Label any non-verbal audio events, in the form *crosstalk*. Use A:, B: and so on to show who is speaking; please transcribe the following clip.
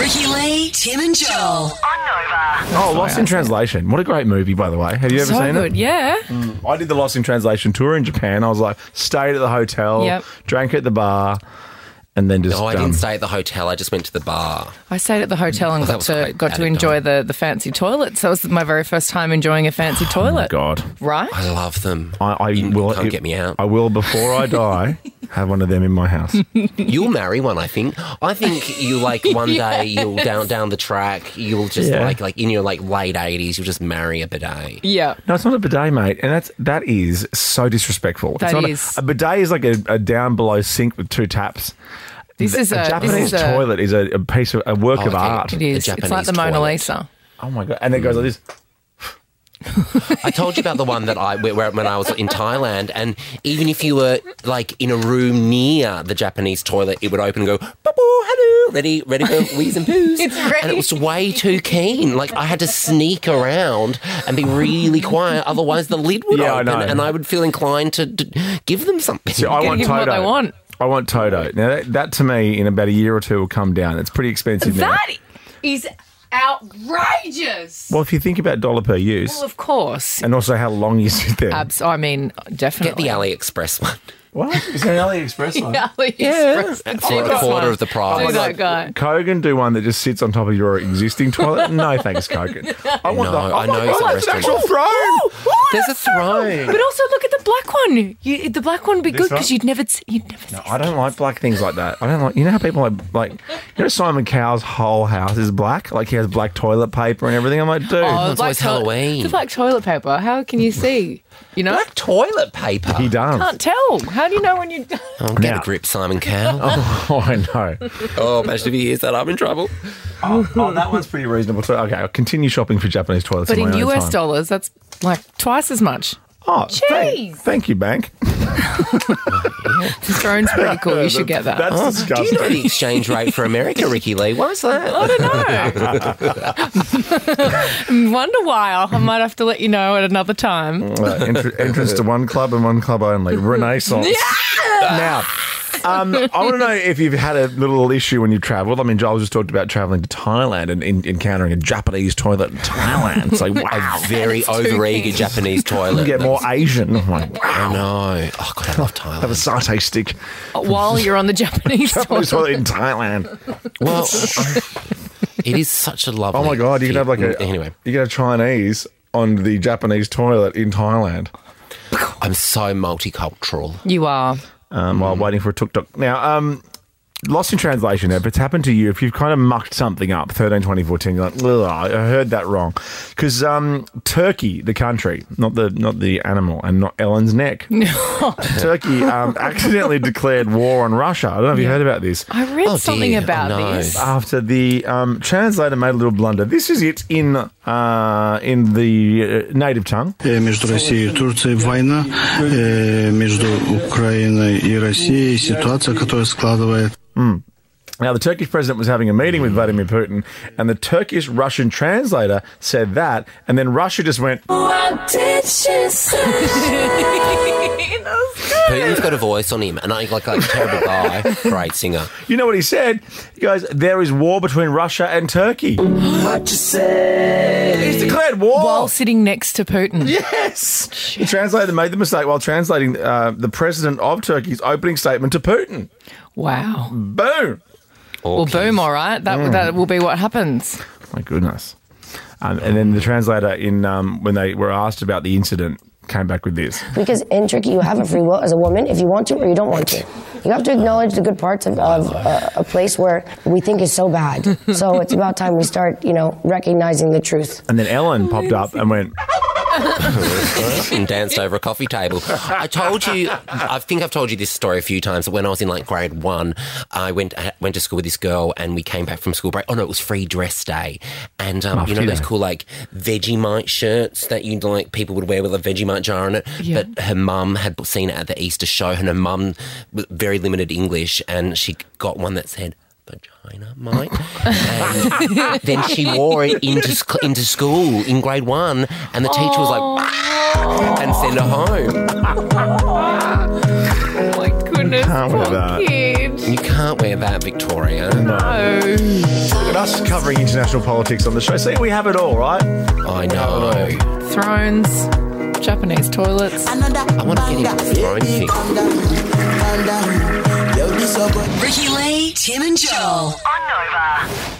A: Jackie, Tim, and Joel.
B: on Nova.
C: Oh, Lost in Translation. What a great movie, by the way. Have you ever
D: so
C: seen
D: good,
C: it?
D: yeah.
C: I did the Lost in Translation tour in Japan. I was like, stayed at the hotel,
D: Yep.
C: drank at the bar, and then just.
E: No, Oh, I
C: um,
E: didn't stay at the hotel. I just went to the bar.
D: I stayed at the hotel and
E: Well, that
D: got
E: was
D: to
E: quite
D: got to
E: added
D: enjoy
E: on.
D: the, the fancy toilets. That was my very first time enjoying a fancy
E: Oh
D: toilet.
C: God.
D: Right?
E: I love them.
C: I, I
E: you
C: will.
E: can't
C: it-
E: get me out.
C: I will before I
E: *laughs*
C: die have one of them in my house.
E: You'll marry one, I think. I think you
C: *laughs*
E: like one day you'll down down the track. You'll just
C: Yeah.
E: like like in your like late eighties. You'll just marry a bidet.
D: Yeah.
C: No, it's not a bidet, mate, and that's that is so disrespectful.
D: That
C: it's not
D: is.
C: A, a bidet is like a, a down below sink with two taps.
D: This is a,
C: a Japanese
D: this is a,
C: toilet is a, a piece of a work
E: Oh,
C: of
E: okay.
C: art.
D: It is.
E: A
D: It's like
E: Japanese
D: the Mona
E: toilet.
D: Lisa.
C: Oh my god! And it goes like this.
E: I told you about the one that I where, where- when I was in Thailand, and even if you were like in a room near the Japanese toilet, it would open and go, "Babu, hello, ready, ready for wheeze and poos."
D: It's ready.
E: And it was way too keen. Like I had to sneak around and be really quiet, otherwise the lid would
C: Yeah, I
E: open,
C: know.
E: and I would feel inclined to d- give them something.
C: See, I want
D: give them what
C: Toto.
D: they want.
C: I want Toto. Now that, that to me in about a year or two will come down. It's pretty expensive now.
D: That
F: Is outrageous.
C: Well, if you think about dollar per use,
D: well, of course.
C: and also how long you sit there.
D: Abs- I mean,
E: Get
D: definitely. *laughs*
E: the AliExpress one.
C: what is that AliExpress one?
D: AliExpress.
E: For a quarter of the price.
D: Do that guy.
C: Kogan do one that just sits on top of your existing
D: *laughs*
C: toilet? No, thanks, Kogan. I want
E: No,
C: the,
E: I know it's a
C: it's an actual
E: restaurant.
C: throne.
E: There's a throne.
D: But also look at the black one. You, the black one would be good because
C: one?
D: you'd never see- you'd never see.
C: I don't like black things like that. I don't like. You know how people are like. You know Simon Cowell's whole house is black. Like he has black toilet paper and everything. I'm like, dude.
D: Oh,
E: it's
D: toilet-
E: always Halloween.
D: The black toilet paper. How can you see? You know,
E: Black toilet paper.
C: he does.
D: can't tell. How do you know when you?
E: Oh, get
C: Now-
E: a grip, Simon Cowell.
C: *laughs* Oh, I know.
E: oh, imagine if he hears that, I'm in trouble.
C: oh, oh, that one's pretty reasonable. So, okay, I'll continue shopping for Japanese toilets.
D: But in
C: my own
D: US
C: time.
D: dollars, that's like twice as much.
C: Oh, thank,
D: Jeez.
C: thank you, bank. Uh,
D: The throne's pretty
C: *laughs*
D: cool. You should get that.
C: That's
E: Do
C: disgusting.
E: you know the exchange rate for America, Ricky Lee? What's that?
D: I don't know. *laughs* Wonder why. I'll- I might have to let you know at another time.
C: Right,
D: *laughs*
C: entr- Uh, entrance to one club and one club only. Renaissance. now, um, I want to know if you've had a little issue when you travelled. I mean, Giles just talked about travelling to Thailand and in- encountering a Japanese toilet in Thailand.
D: *laughs*
C: It's like, wow.
E: A very overeager Japanese toilet.
C: You get more Asian. I'm like,
E: I
C: wow.
E: know. Oh, God, I love
C: Have a
E: Thailand.
C: satay
D: *laughs*
C: stick.
D: While you're on the Japanese
C: Japanese
D: toilet.
C: toilet in Thailand. *laughs*
E: Well, it is such a lovely.
C: Oh my god, you can have like a
E: mm, Anyway,
C: You can have Chinese on the Japanese toilet in Thailand.
E: I'm so multicultural.
D: You are.
C: um, while waiting for a tuk tuk. Now, um, lost in translation there, but it's happened to you if you've kind of mucked something up, 13, 20, 14, you're like, "Ugh, I heard that wrong. Because um, Turkey, the country, not the not the animal, and not Ellen's neck, Turkey um, accidentally declared war on Russia. I don't know if you heard about this.
D: I read
E: Oh,
D: something
E: dear.
D: about
E: Oh, no.
C: *laughs*
D: this.
C: After the um, translator made a little blunder, this is it in uh, in the uh, native tongue.
G: Э, между Россией и Турцией война, э, между Украиной и Россией ситуация, которая складывает
C: Now, the Turkish president was having a meeting with Vladimir Putin, and the Turkish Russian translator said that, and then Russia just went,
E: Putin's got a voice on him, and I like like terrible
C: *laughs*
E: guy, great singer.
C: You know what he said? He goes, There is war between Russia and Turkey. What you say? He's declared war.
D: While sitting next to Putin.
C: yes. The translator made the mistake while translating uh, the president of Turkey's opening statement to Putin.
D: Wow.
C: Boom.
D: Well, boom, all right. That, that will be what happens.
C: My goodness. Um, and then the translator, in um, when they were asked about the incident, came back with this.
H: Because in Turkey, you have a free will as a woman if you want to or you don't want to. You have to acknowledge the good parts of, of uh, a place where we think is so bad. So it's about time we start, you know, recognizing the truth.
C: And then Ellen popped up and went,
E: *laughs* and danced over a coffee table. I told you, I think I've told you this story a few times. That when I was in like grade one, I went I went to school with this girl, and we came back from school break. Oh no, it was free dress day, and um, you know
C: free
E: those
C: day.
E: cool like Vegemite shirts that you like people would wear with a Vegemite jar on it.
D: Yeah.
E: But her mum had seen it at the Easter show, and her mum was very limited English, and she got one that said. Vagina, mate. And then she wore it into sc- into school in grade one, and the teacher was like, and send her home.
D: Oh, my goodness.
C: Can't wear
D: poor
C: that.
D: kid.
E: You can't wear that, Victoria.
D: No.
C: Look at and us covering international politics on the show. See, we have it all, right?
E: I know.
D: Thrones, Japanese toilets.
E: I want to get into the throne thing.
A: Ricky Lee, Tim and
B: on
A: Joel.
B: Nova.